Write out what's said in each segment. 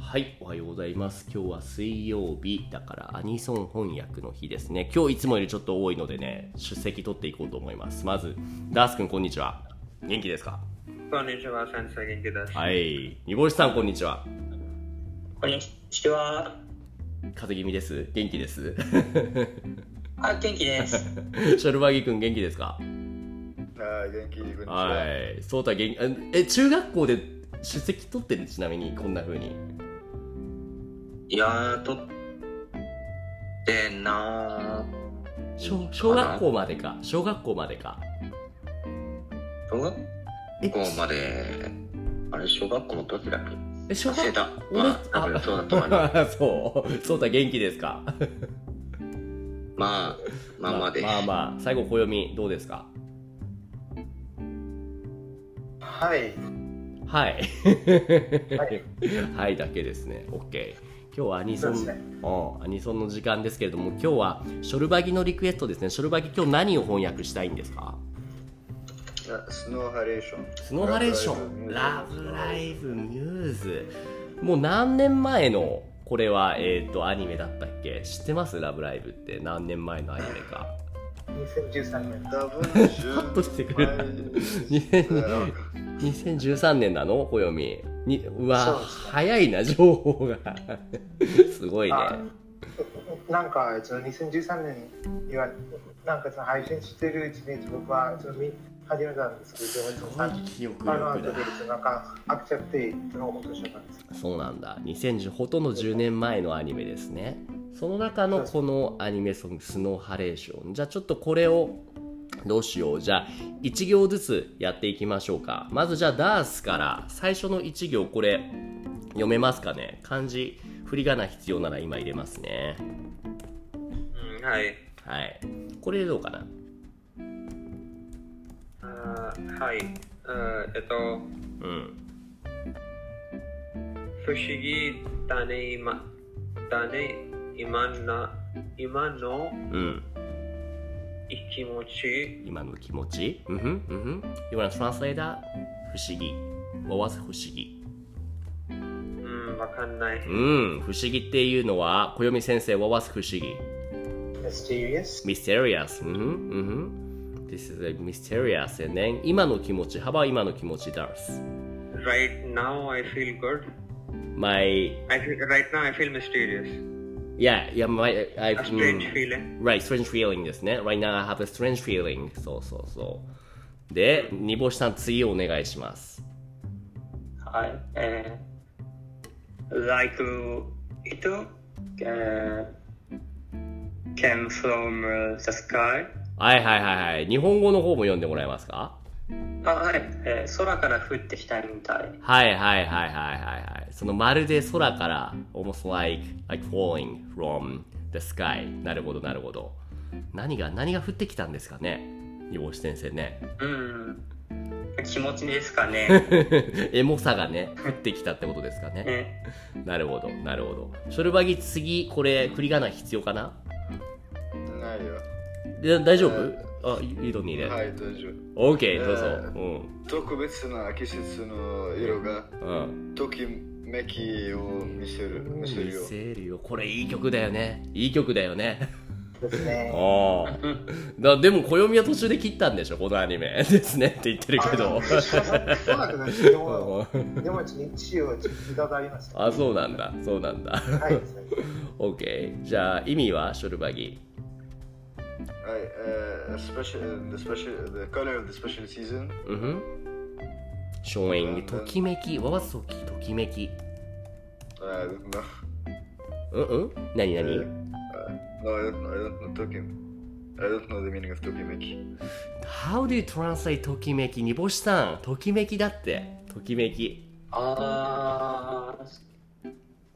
はい、おはようございます。今日は水曜日だからアニソン翻訳の日ですね。今日いつもよりちょっと多いのでね、出席取っていこうと思います。まず、ダースくんこんにちは。元気ですかこんにちは、先生、元気です。はい。煮干しさんこんにちは。こんにちは。風邪気味です。元気です。 あ、元気です。シャルバギくん元気ですはかい、元気にこんにちは。はい。そうた元気、え、中学校で出席取ってるちなみに、こんな風に。いやー、とってなー小小学校までか。小学校までか。小学校まで、あれ、小学校の時だっけえ、小忘れ学校た。俺まあ、多分そうだと思 いま す。そう。そうた元気ですかまあ、まあまあで。まあまあ、最後、暦、どうですかはい。 はい。はい。はいだけですね。OK。今日はアニソン、そうですうん、アニソンの時間ですけれども、今日はショルバギのリクエストですね。ショルバギ、今日何を翻訳したいんですかスノーハレーション。スノーハレーション、ラブライブミューズ。もう何年前の、これは、えっ、と、アニメだったっけ知ってますラブライブって何年前のアニメか。 2013年。多分10。パッとしてくれない2000 2013年なの暦。にうそうわ、です早いな、情報が。 すごいね。あなんか、その2013年には、なんかその配信してるうちに、僕はその見始めたんですけど、あ記憶の力後でだ。、なんか飽きちゃって、その落としちゃったんですけそうなんだ。2010、ほとんど10年前のアニメですね。その中のこのアニメソング、スノーハレーション。じゃあちょっとこれを、どうしよう。じゃあ、1行ずつやっていきましょうか。まずじゃあ、ダースから、最初の1行、これ、読めますかね漢字、振り仮名必要なら今入れますね。うん、はい。はい。これでどうかなあーはい。あーえっと、うん。不思議だね、今、だね、今な、今のうん。気持ち、今の気持ち。うんふん。うんふん。You wanna translate that? 不思議。What was 不思議うん、わかんない。うん、不思議っていうのは、小読先生は What's 不思議ど。Mysterious? ?Mysterious. うんふん、うんふん。This is a mysterious. And then, 今の気持ち。How about 今の気持ち ?Dars. Right now, I feel good. My, I feel, right now, I feel mysterious. yeah, yeah, my, I, A strange うん feeling. Right, strange feeling ですね。Right now I have a strange feeling. そうそうそう。で、煮干しさん、次お願いします。はい。え Like uh, it uh, came from uh, the sky. はいはいはいはい。日本語の方も読んでもらえますかあはい、えー空から降ってきたみたい。はいはいはいはいはいはい。そのまるで空から、almost like, like falling from the sky. なるほどなるほど。何が、何が降ってきたんですかね煮干し先生ね。 うん。気持ちですかね。エモさがね、降ってきたってことですかね。ねなるほど、なるほど。ショルバギ次、これ、振り仮名必要かなないよ。で大丈夫えあ、you don't need it. はい、大丈 OK、えーどうぞ。夫。特別な季節の色がうん。うん。ときめきを見せる。見せるよ見。せるよ。これ、いい曲だよね。いい曲だよね。ー、ですね。ああ。だでも、暦は途中で切ったんでしょ、このアニメ。 ですねって言ってるけど。そうなんですね。でも、でも日曜、時間がありまし た。あ、そうなんだ。そうなんだ。 はいですね。 OK。じゃあ、意味は、ショルバギ。はい、えー、special, the special, the color of the special season. うんふん。ショーイング、ときめき。わわすとき、ときめき。 I don't know. うんうん何え何ー No, I don't know. I don't know. とき I don't know the meaning of ときめき。 ?How do you translate ときめき煮干しさん、ときめきだって。ときめき。ああ、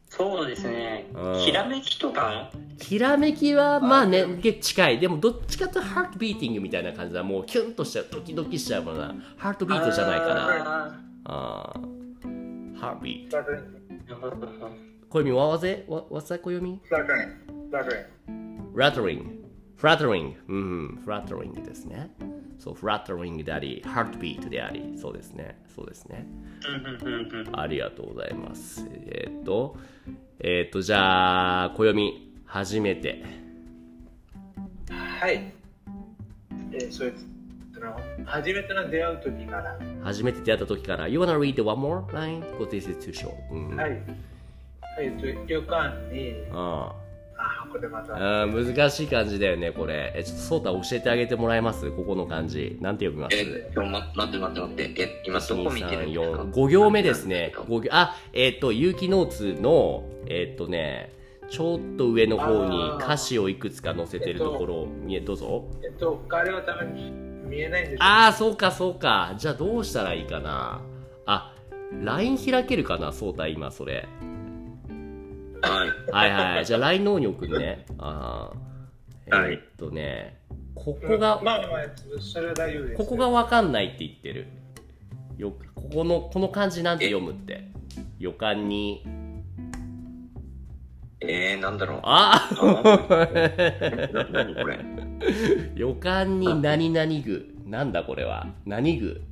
そうですねうん。ひらめきとか、ひらめきは、まあね、げ近い。でも、どっちかというとハートビーティングみたいな感じだ。もう、キュンとしちゃう、ドキドキしちゃうもんな。ハートビートじゃないかな。な。あーハートビート。小読み、わわぜわ、わさ小読みラグレン。ラグレン。フラットリング。フラットリング。うん、フラットリングですね。そう、フラッタリングであり、ハートビートであり、そうですね、そうですね。ありがとうございます。えーっと、えーっと、じゃあ、暦、初めて。はい。えー、そうです。その初めての出会う時から、初めて出会った時から、You wanna read the one more line? こ This is too short. うん。はい。えっ、と、旅館に、あああ、これまた、ああー難しい感じだよね、これ。え、ちょっとソータ教えてあげてもらえますここの漢字。なんて読みますえ、今日ま、待って待って待って。え、今どこ見てるんですか5行目ですね。五行あ、えっ、と、有機ノーツの、えっ、とね、ちょっと上の方に歌詞をいくつか載せてるところを見え、どうぞ。えっと、彼はために見えないんですよああ、そうか、そうか。じゃあどうしたらいいかな。あ、LINE 開けるかな、ソータ、今、それ。はい。はいはい。じゃあ LINE 脳に送るね。ああ。はいえっとね、ここが、まあまあ、それは大丈夫です。ここがわかんないって言ってる。よく、ここの、この漢字なんて読むって。予感に。えー、なんだろう。あな、なにこれ。予感に何々具。なんだこれは。何具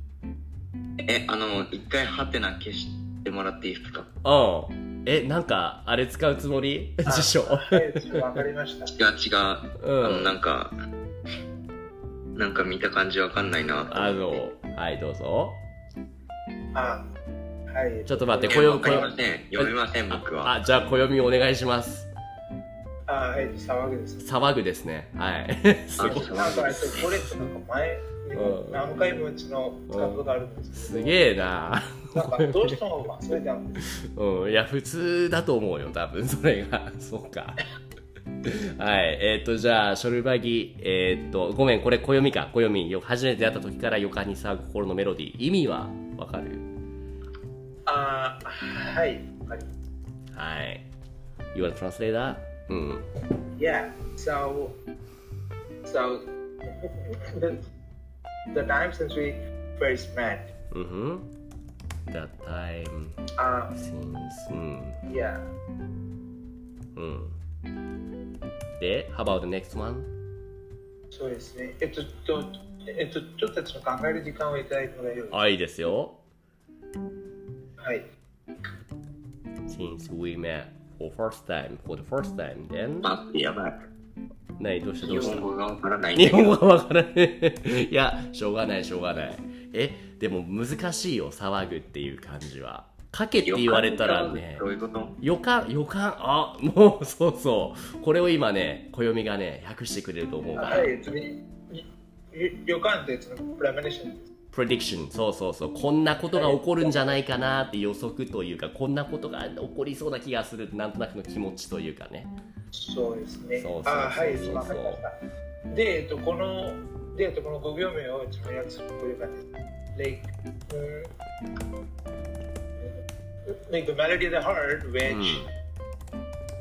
え、あの、一回ハテナ消してもらっていいですかうん。え、なんか、あれ使うつもり辞書。はい、ちょっとわかりました。違う違う。うあの、ん。なんか、なんか見た感じわかんないなとあ思って。の、はい、どうぞ。あはい。ちょっと待って、え、暦わかりません。読めません、僕は。あ、じゃあ、暦お願いします。あえっと、騒ぐです。騒ぐですね。はい。 すごい。なんか、えっと、これってなんか前うんに何回もうちの使ったことがあるんですすげえなけど、なんかどうしても忘れちゃうんです。うん、いや、普通だと思うよ、多分それが。 そうか。はい、えっ、と、じゃあ、ショルバギ、えっ、と、ごめん、これ、暦か、暦。よ初めて会った時から、予感に騒ぐ心のメロディー。意味はわかるあはい。わかりましはい。You are a translator? うん。た。いや、so, so, the, the time since we first met, うんふん。That time あ since うん。Ah, yeah, うん。で、How about the next one? そうですね。えっと、とえっと、ちょっとちょっと考える時間をいただいても大丈夫ですあ、いいですよ。かはい。 Since we met for first time, for the first time, then? 待って、やばい。ない、どうしたど日うした本語がわからないんだ日けど。本語がわからない。いや、しょうがない、しょうがない。え、でも難しいよ、騒ぐっていう感じは。かけって言われたらねど、ういうこと予感、予感、あ、もう、そうそう。これを今ね、暦がね、訳してくれると思うからは。い、えっと、みみ予感ってそのプレメディションです。プレディクション、そうそうそう。こんなことが起こるんじゃないかなって予測というか、こんなことが起こりそうな気がする、なんとなくの気持ちというかね。そうですね。そうそうそうあはい、そうそうわかりました。で、えっと、この、で、えっと、この5行目を一番訳するというか、like, うん like the melody of the heart, う which,、ん。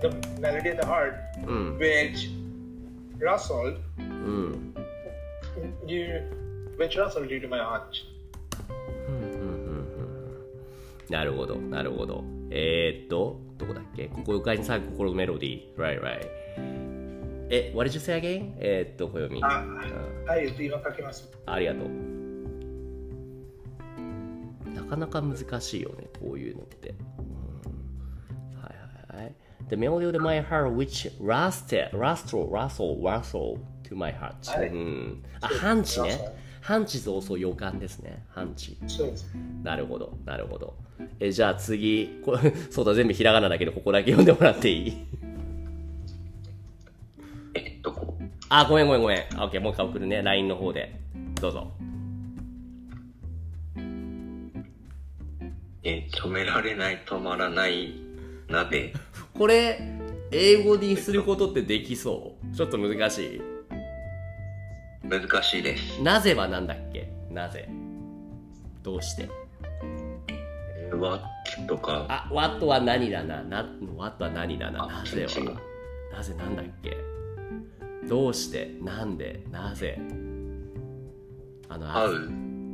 the melody of the heart, うん。 which rustled, うん。 due, which rustled due to my heart. なるほど、なるほど。えー、っと、どこだっけここ、外にさ、心のメロディー。Right, right. え、What did you say again? えー、っと、小読み。あうんはい、えっと、今書きます。ありがとう。なかなか難しいよね、こういうのって。うんはいはいはい。The melody of my heart which rusted, rustled, rustled, rustled to my heart. はいうん。あ、ハンチね rustle。ハンチ増送予感ですね。ハンチ。そうです。なるほど、なるほど。え、じゃあ次、こ そうだ、全部ひらがなだけど、ここだけ読んでもらってい いえ、どこあ、ごめんごめんごめん。あ OK、もう一回送るね。LINE の方で。どうぞ。え、止められない、止まらない、鍋。これ、英語にすることってできそうちょっと難し難しいですい。。なぜはなんだっけなぜどうしてえーわっとか、あ、what は何だなな ?what は何だなあなぜそうはなぜなんだっけどうしてなんでなぜあの、合う、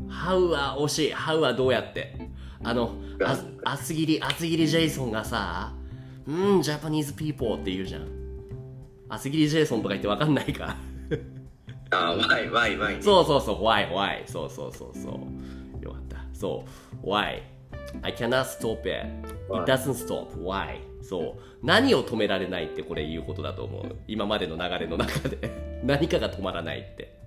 ハウは惜しい。ハウはどうやってあの、あ厚切り、厚切りジェイソンがさ、うん、ジャパニーズピーポーって言うじゃん。厚切りジェイソンとか言ってわかんないか。あー、Y、Y、Y ね。そうそうそう Why Why そうそうそうそうよかったそう Why I cannot stop it Why？ it doesn't stop why そう何を止められないってこれ言うことだと思う今までの流れの中で何かが止まらないって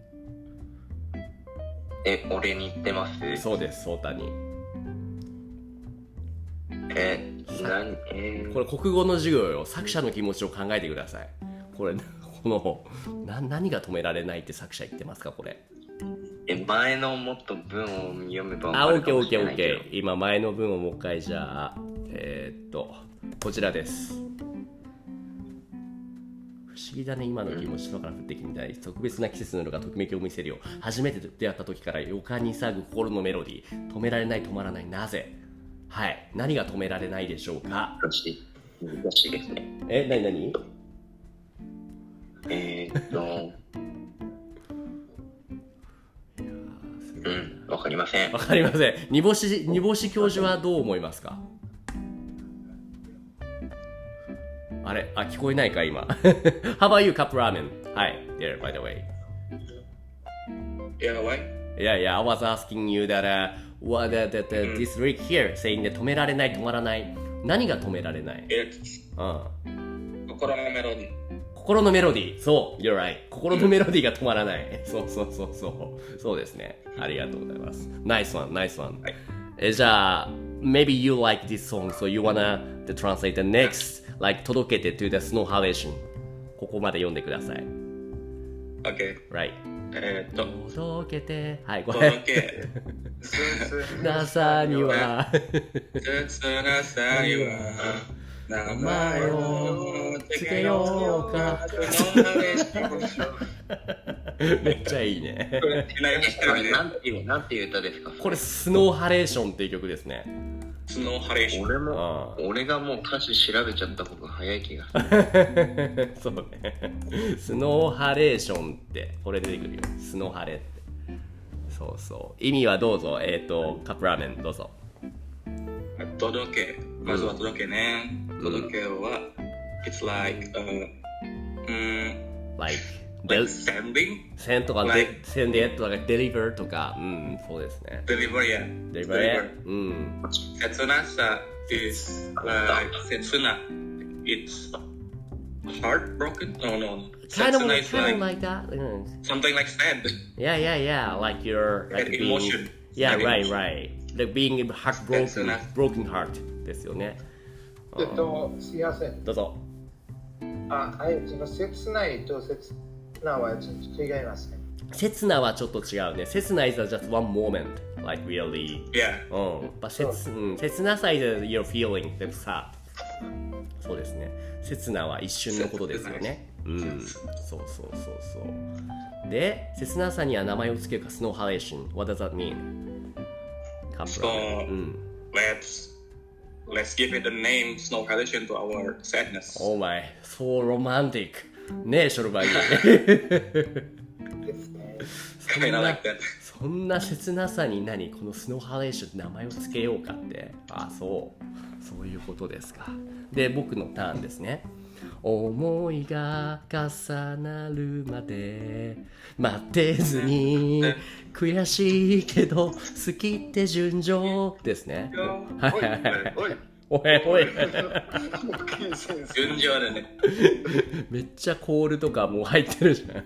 え、俺に言ってますそうですそうたにえ、何えーこれ国語の授業よ作者の気持ちを考えてくださいこれ このな何が止められないって作者言ってますかこれえ、前のもっと文を読めばあ、オわッかケーオるかもッしケーれオないッけどケー。今前の文をもう一回じゃあ、えーっと、こちらです。不思議だね、今の気持ちとから降ってきみたい。特別な季節の色がときめきを見せるよ。初めて出会った時から予感に騒ぐ心のメロディー。止められない、止まらない、なぜはい。何が止められないでしょうか難しい。難しいですね。え、なになにえーっと、うん、わかりませんわ。かりません。煮干し、煮干し教授はどう思いますかあれあ、聞こえないか、今。How about you, カップラーメンはい。There, by the way. いや、Y? Yeah, yeah, I was asking you that, uh, what, that, that, that, this r i c here saying that 止められない、止まらない。何が止められないえ、うん。心のメロディ心のメロディー。そう。You're right. 心のメロディーが止まらない。 そうそうそうそう。そうですね。ありがとうございます。Nice one, nice one. はいえ、じゃあ、maybe you like this song, so you wanna to translate the next, like 届けて to the snow halation. ここまで読んでください。オッケ Right. ー。えーっと、届けて。はい、こ届れ。け、なさには。切なさには、名前をつけようか。その話めっちゃいいね。なんていう、なんていう歌ですかこれ、スノーハレーションっていう曲ですね。スノーハレーション。俺うん。も、俺がもう歌詞調べちゃった方が早い気がする。 そうね。スノーハレーションって、これ出てくるよ。スノーハレって。そうそう。意味はどうぞ。えっ、と、カップラーメンどうぞ。届けまずは届けね、届けは It's like、uh, うーん like, del- like sending 線とか、 like- 線でやったとか、deliver とか、うん、そうですね。 deliver や deliver? うん。切なさ is like 切な It's heartbroken no no kind 切 of, な is kind of like like that. うん。 something like sad Yeah, yeah, yeah. Like you're, like Like being, emotion. yeah, Like right, emotion. right. Like being 切 heartbroken, な broken heart ですよね。えっと、すいません。どうぞ。あ、はい、その切ないと切なはちょっと違いますね。刹那はちょっと違うね。刹那 is just one moment, like really. yeah うん。まあ、切うん、切なさ is your feeling, that's sad. そうですね。刹那は一瞬のことですよね。うん。そうそうそうそう。で、切なさには名前を付けるか、スノーハレーション。What does that mean? カップラーメン So- うん。 let's let's give it a name snow relation to our sadness Oh my, so romantic. ねえ、ショルバギ。 ですね。そん kind な of like that そんな切なさに何このスノーハレーションって名前を付けようかってあそうそういうことですかで僕のターンですね思いが重なるまで待てずに悔しいけど好きって純情ですねはいはいはいおいおいおい順調だ ねめっちゃコールとかもう入ってるじゃん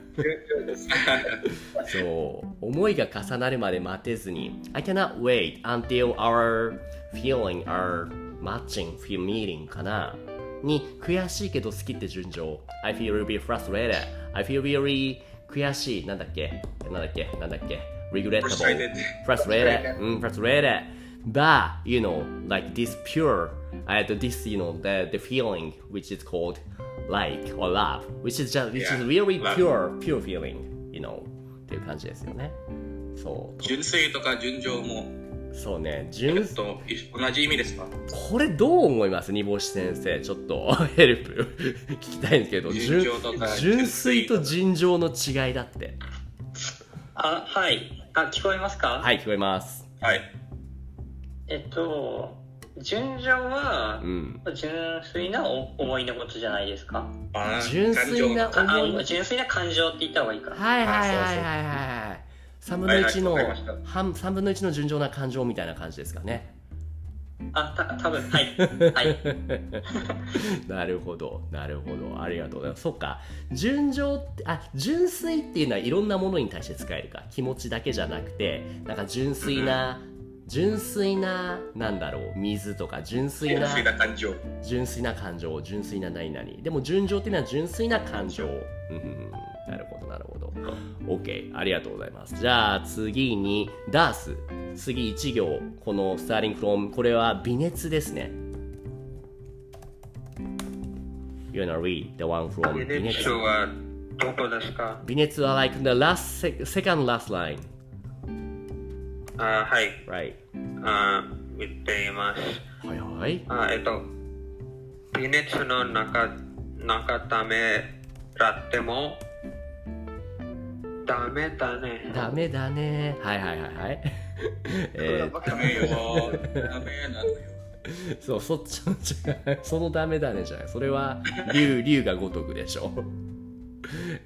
そう思いが重なるまで待てずに I cannot wait until our feeling our matching feel meeting かなに悔しいけど好きって順調 I feel really frustrated I feel really 悔しいなんだっけなんだっけなんだっけ regrettable Frustrated. frustrated うん frustrated but you know like this pure uh, this you know the the feeling which is called like or love which is just which is Yeah, really love. pure pure feeling you know っていう感じですよねそう純粋とか順調もそうねえ純っと一同じ意味ですかこれどう思います煮干し先生ちょっと ヘルプ聞きたいんですけど純純情とか純粋と尋常の違いだってあ、はい。あ、聞こえますかはい聞こえますはいえっと、純情はう、ん純粋なお思いのことじゃないですか。あー純粋なかあ思いの純粋な感情って言った方がいいか。はいはいはいはいはい3分の1のはいはいわかりま半3分の1の純情な感情みたいな感じですかねあ、た多分はい。 はい。なるほどなるほどありがとうございますそっか純情ってあ純粋っていうのはいろんなものに対して使えるか気持ちだけじゃなくてなんか純粋な純粋ななんだろう水とか純粋純な粋な感情純粋な感情純粋な何々でも純情っていうのは純粋な感情 うんうんうんなるほどなるほど OK ありがとうございますじゃあ次にダース次1行このスターリンクロームこれは微熱ですね You're gonna read the one from 微熱はどこですか微熱は like the last sec- second last line あーはい、 right あー言っています。はいはいあえっと、微熱の中、中ためらっても、ダメだね。ダメだねはいはいはい はいえーダメよダメなのよそう、そっちの違う。そのダメだねじゃない。それは、竜、竜が如くでしょ。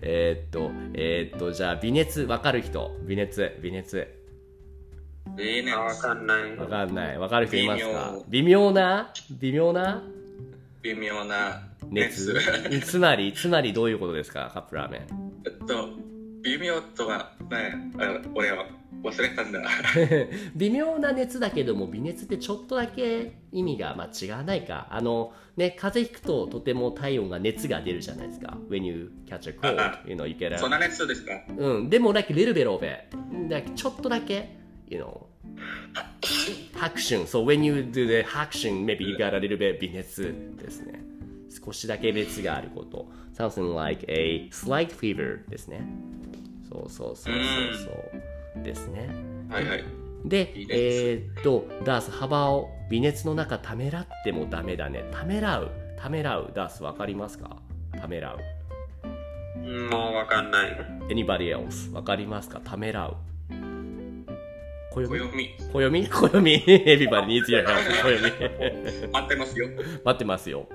えーっと、えーっと、じゃあ、微熱、わかる人。微熱、微熱。いいねあわかんない。わかんない。わかる人いますか微微妙な微妙な微妙な熱熱えつまり、つまりどういうことですかカップラーメン。っと微妙とはねあ俺は忘れたんだ 微妙な熱だけども、微熱ってちょっとだけ意味が、まあ、違わないか。あの、ね、風邪ひくととても体温が熱が出るじゃないですか。When you catch a cold, you know, you get a... そんな熱ですかうん、でも、like, little bit of it. Like, ちょっとだけ、you know. ハクション。So when you do the ハクション、maybe you got a little bit 微熱ですね。少しだけ熱があること。something like a slight fever ですね。そうそうそうそうそう。ですね。はいはいで、いいですえーっと、ダース、幅を微熱の中ためらってもダメだね。ためらう。ためらう。ダース、わかりますかためらう。もうわかんない。 anybody else わかりますかためらう暦暦暦 暦 everybody needs your help 暦待ってますよ 待ってますよ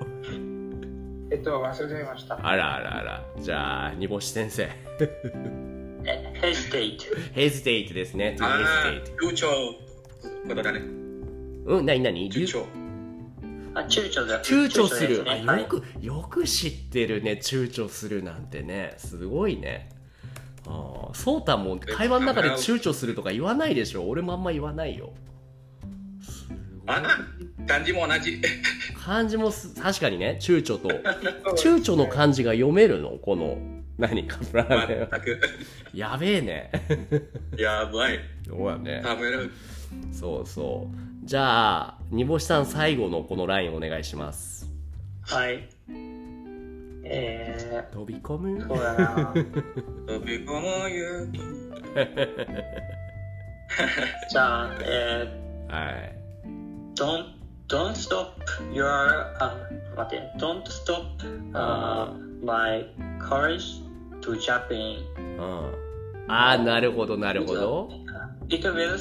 えっと、忘れちゃいました。あらあらあらじゃあ煮干し先生え、ヘステイト。 hesitate ですね to ああ hesitate 流暢ことだねうん何何流暢あ、躊躇だ。躊躇す躊躇るであねはいよくよく知ってるね躊躇するなんてねすごいねああそうたも会話の中で躊躇するとか言わないでしょ俺もあんま言わないよすごいああ漢字も同じ漢字もす確かにね躊躇と躊躇の漢字が読めるのこの何カップラーメン全くやべえね やばいそうやね食べるそうそうじゃあ煮干しさん最後のこのラインお願いしますはい。え飛び込む ー、そうだな。飛び込むよじゃあ、えはいー、don't, don't stop your, あ、待って、don't stop、uh, my courage to jump in. うんああなるほどなるほど It will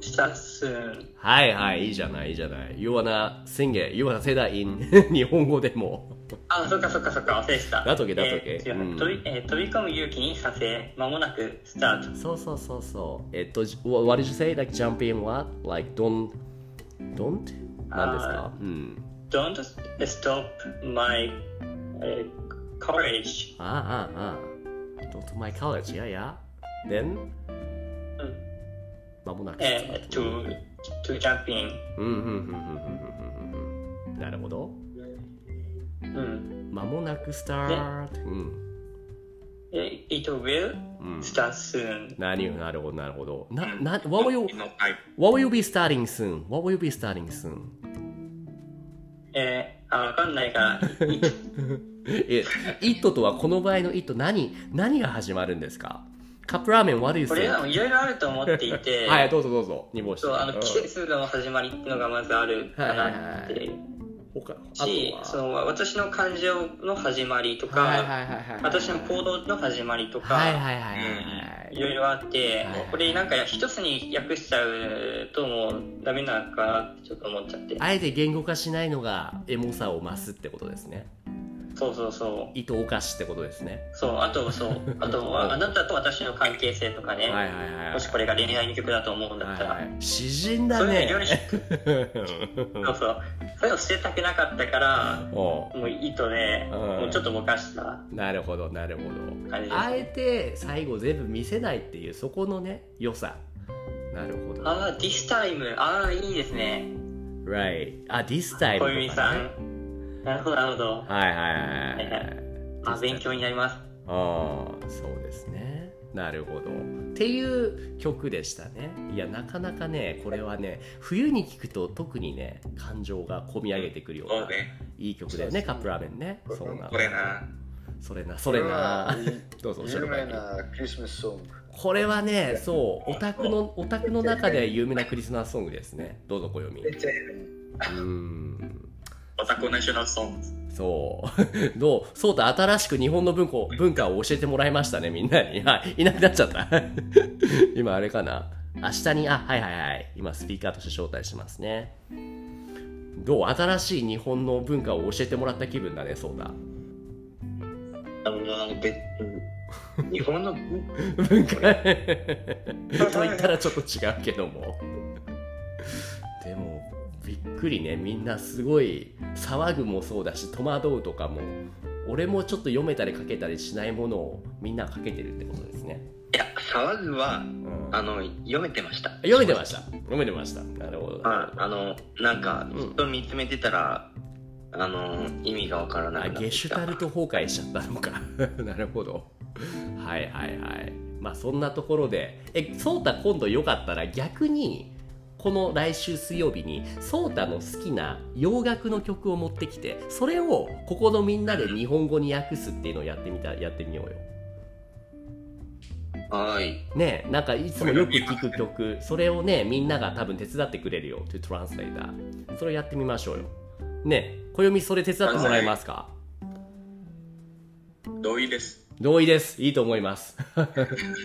start soon. はいはいいいじゃないいいじゃない You wanna sing it You wanna say that in 日本語でもあ、そっかそっかそっか、忘れてた。だとけだとけえー違ううん飛びえー飛び込む勇気にさせ、まもなくスタート。そうそうそうそうえっと What did you say? Like jump in what? Like don't don't? なんですかうん Don't stop my、えー courage. ああああ。Don't my college, yeah, yeah. Then? うんまもなく。えー to, to jump in. うんうんうんうんうんうんうんうん。なるほど。うん。まもなくスタート。うん。え It will うん。 start soon. 何をなるほどなるほど。な、な、what will you, のタイ what will you be starting soon? What will you be starting soon? えー、あ、わかんな いから、え、it とはこの場合の it 何、何が始まるんですかカップラーメン what do you これは think? いろいろあると思ってい て、はい、どうぞどうぞ。煮干し。そうあのうん季節の始まりっていうのがまずあるかなっていう他あし、そとの私の感情の始まりとは。か、いはいはいはい私の行動の始まりとか、はいはいはいはいはいいろいろあっはて、いこれなんか一つに訳しちゃうともうダメなのかなってちょっと思っちゃってあえて言語化しないのがエモさを増すってことですねそうそうそう意図おかしってことですねそうあとそうあ とはあなたと私の関係性とかはね、いはいはいはいもしこれが恋愛の曲だと思うんだったら、はいはい詩人だそういうのいろいろねしそうそうそういうの捨てたくなかったから おうもういいとね、うんもうちょっとぼかしたなるほどなるほ感じですどあえて最後全部見せないっていうそこのね良さなるほどああ this time ああいいですね Right あ This time 小泉とさかねんなるほどなるほどはいはいはいはいははいはいあ勉強になりますああそうですねなるほどっていう曲でしたねいやなかなかねこれはね冬に聴くと特にね感情がこみ上げてくるようそうなね。いい曲だよねカップラーメンねそうなのこれな。それなそれなどうぞ有白バ名イなクリスマスソング。これはねそうオタクのオタクの中で有名なクリスマスソングですねどうぞ小読みめっうちゃいるーんオタクナショナルソング。そう どうそうと新しく日本の文化文化を教えてもらいましたねみんなにはいいなくなっちゃった 今あれかな明日にあはいはいはい今スピーカーとして招待しますねどう新しい日本の文化を教えてもらった気分だねそうだあのなんか別に日本の文化と言ったらちょっと違うけどもでもびっくりねみんなすごい騒ぐもそうだし戸惑うとかも俺もちょっと読めたり書けたりしないものをみんな書けてるってことですね、いや騒ぐはうんあの読めてました読めてました読めてましたなるほどああのなんかうんずっと見つめてたら、あの意味がわからなあくなってゲシきュタたルト崩壊しちゃったのか なるほどはいはいはいまあそんなところでえソータ今度よかったら逆にこの来週水曜日にソータの好きな洋楽の曲を持ってきてそれをここのみんなで日本語に訳すっていうのをやってみたやってみようよはいねえなんかいつもよく聞く曲それをねみんなが多分手伝ってくれるよというトランスレーターそれをやってみましょうよねえ暦それ手伝ってもらえますか、同意です。同意です。いいと思います。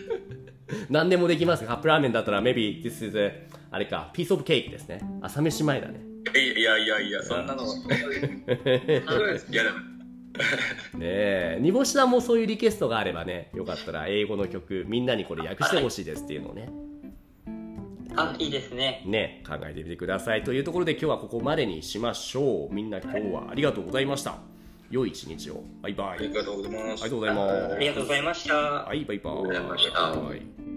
何でもできます。カップラーメンだったら、maybe this is a, あれか、piece of cake ですね。朝飯前だね。いやいやいや、そんなの。い や、でもねえ、煮干しさんもそういうリクエストがあればね、よかったら英語の曲、みんなにこれ訳してほしいですっていうのをね、あいいですねね、考えてみてください。というところで今日はここまでにしましょう。みんな今日はありがとうございました。良い一日を。バイバイ。あありりがとうございますがとう。ございますあ。りがとうございました、はい、バイバりがとうございましたイ。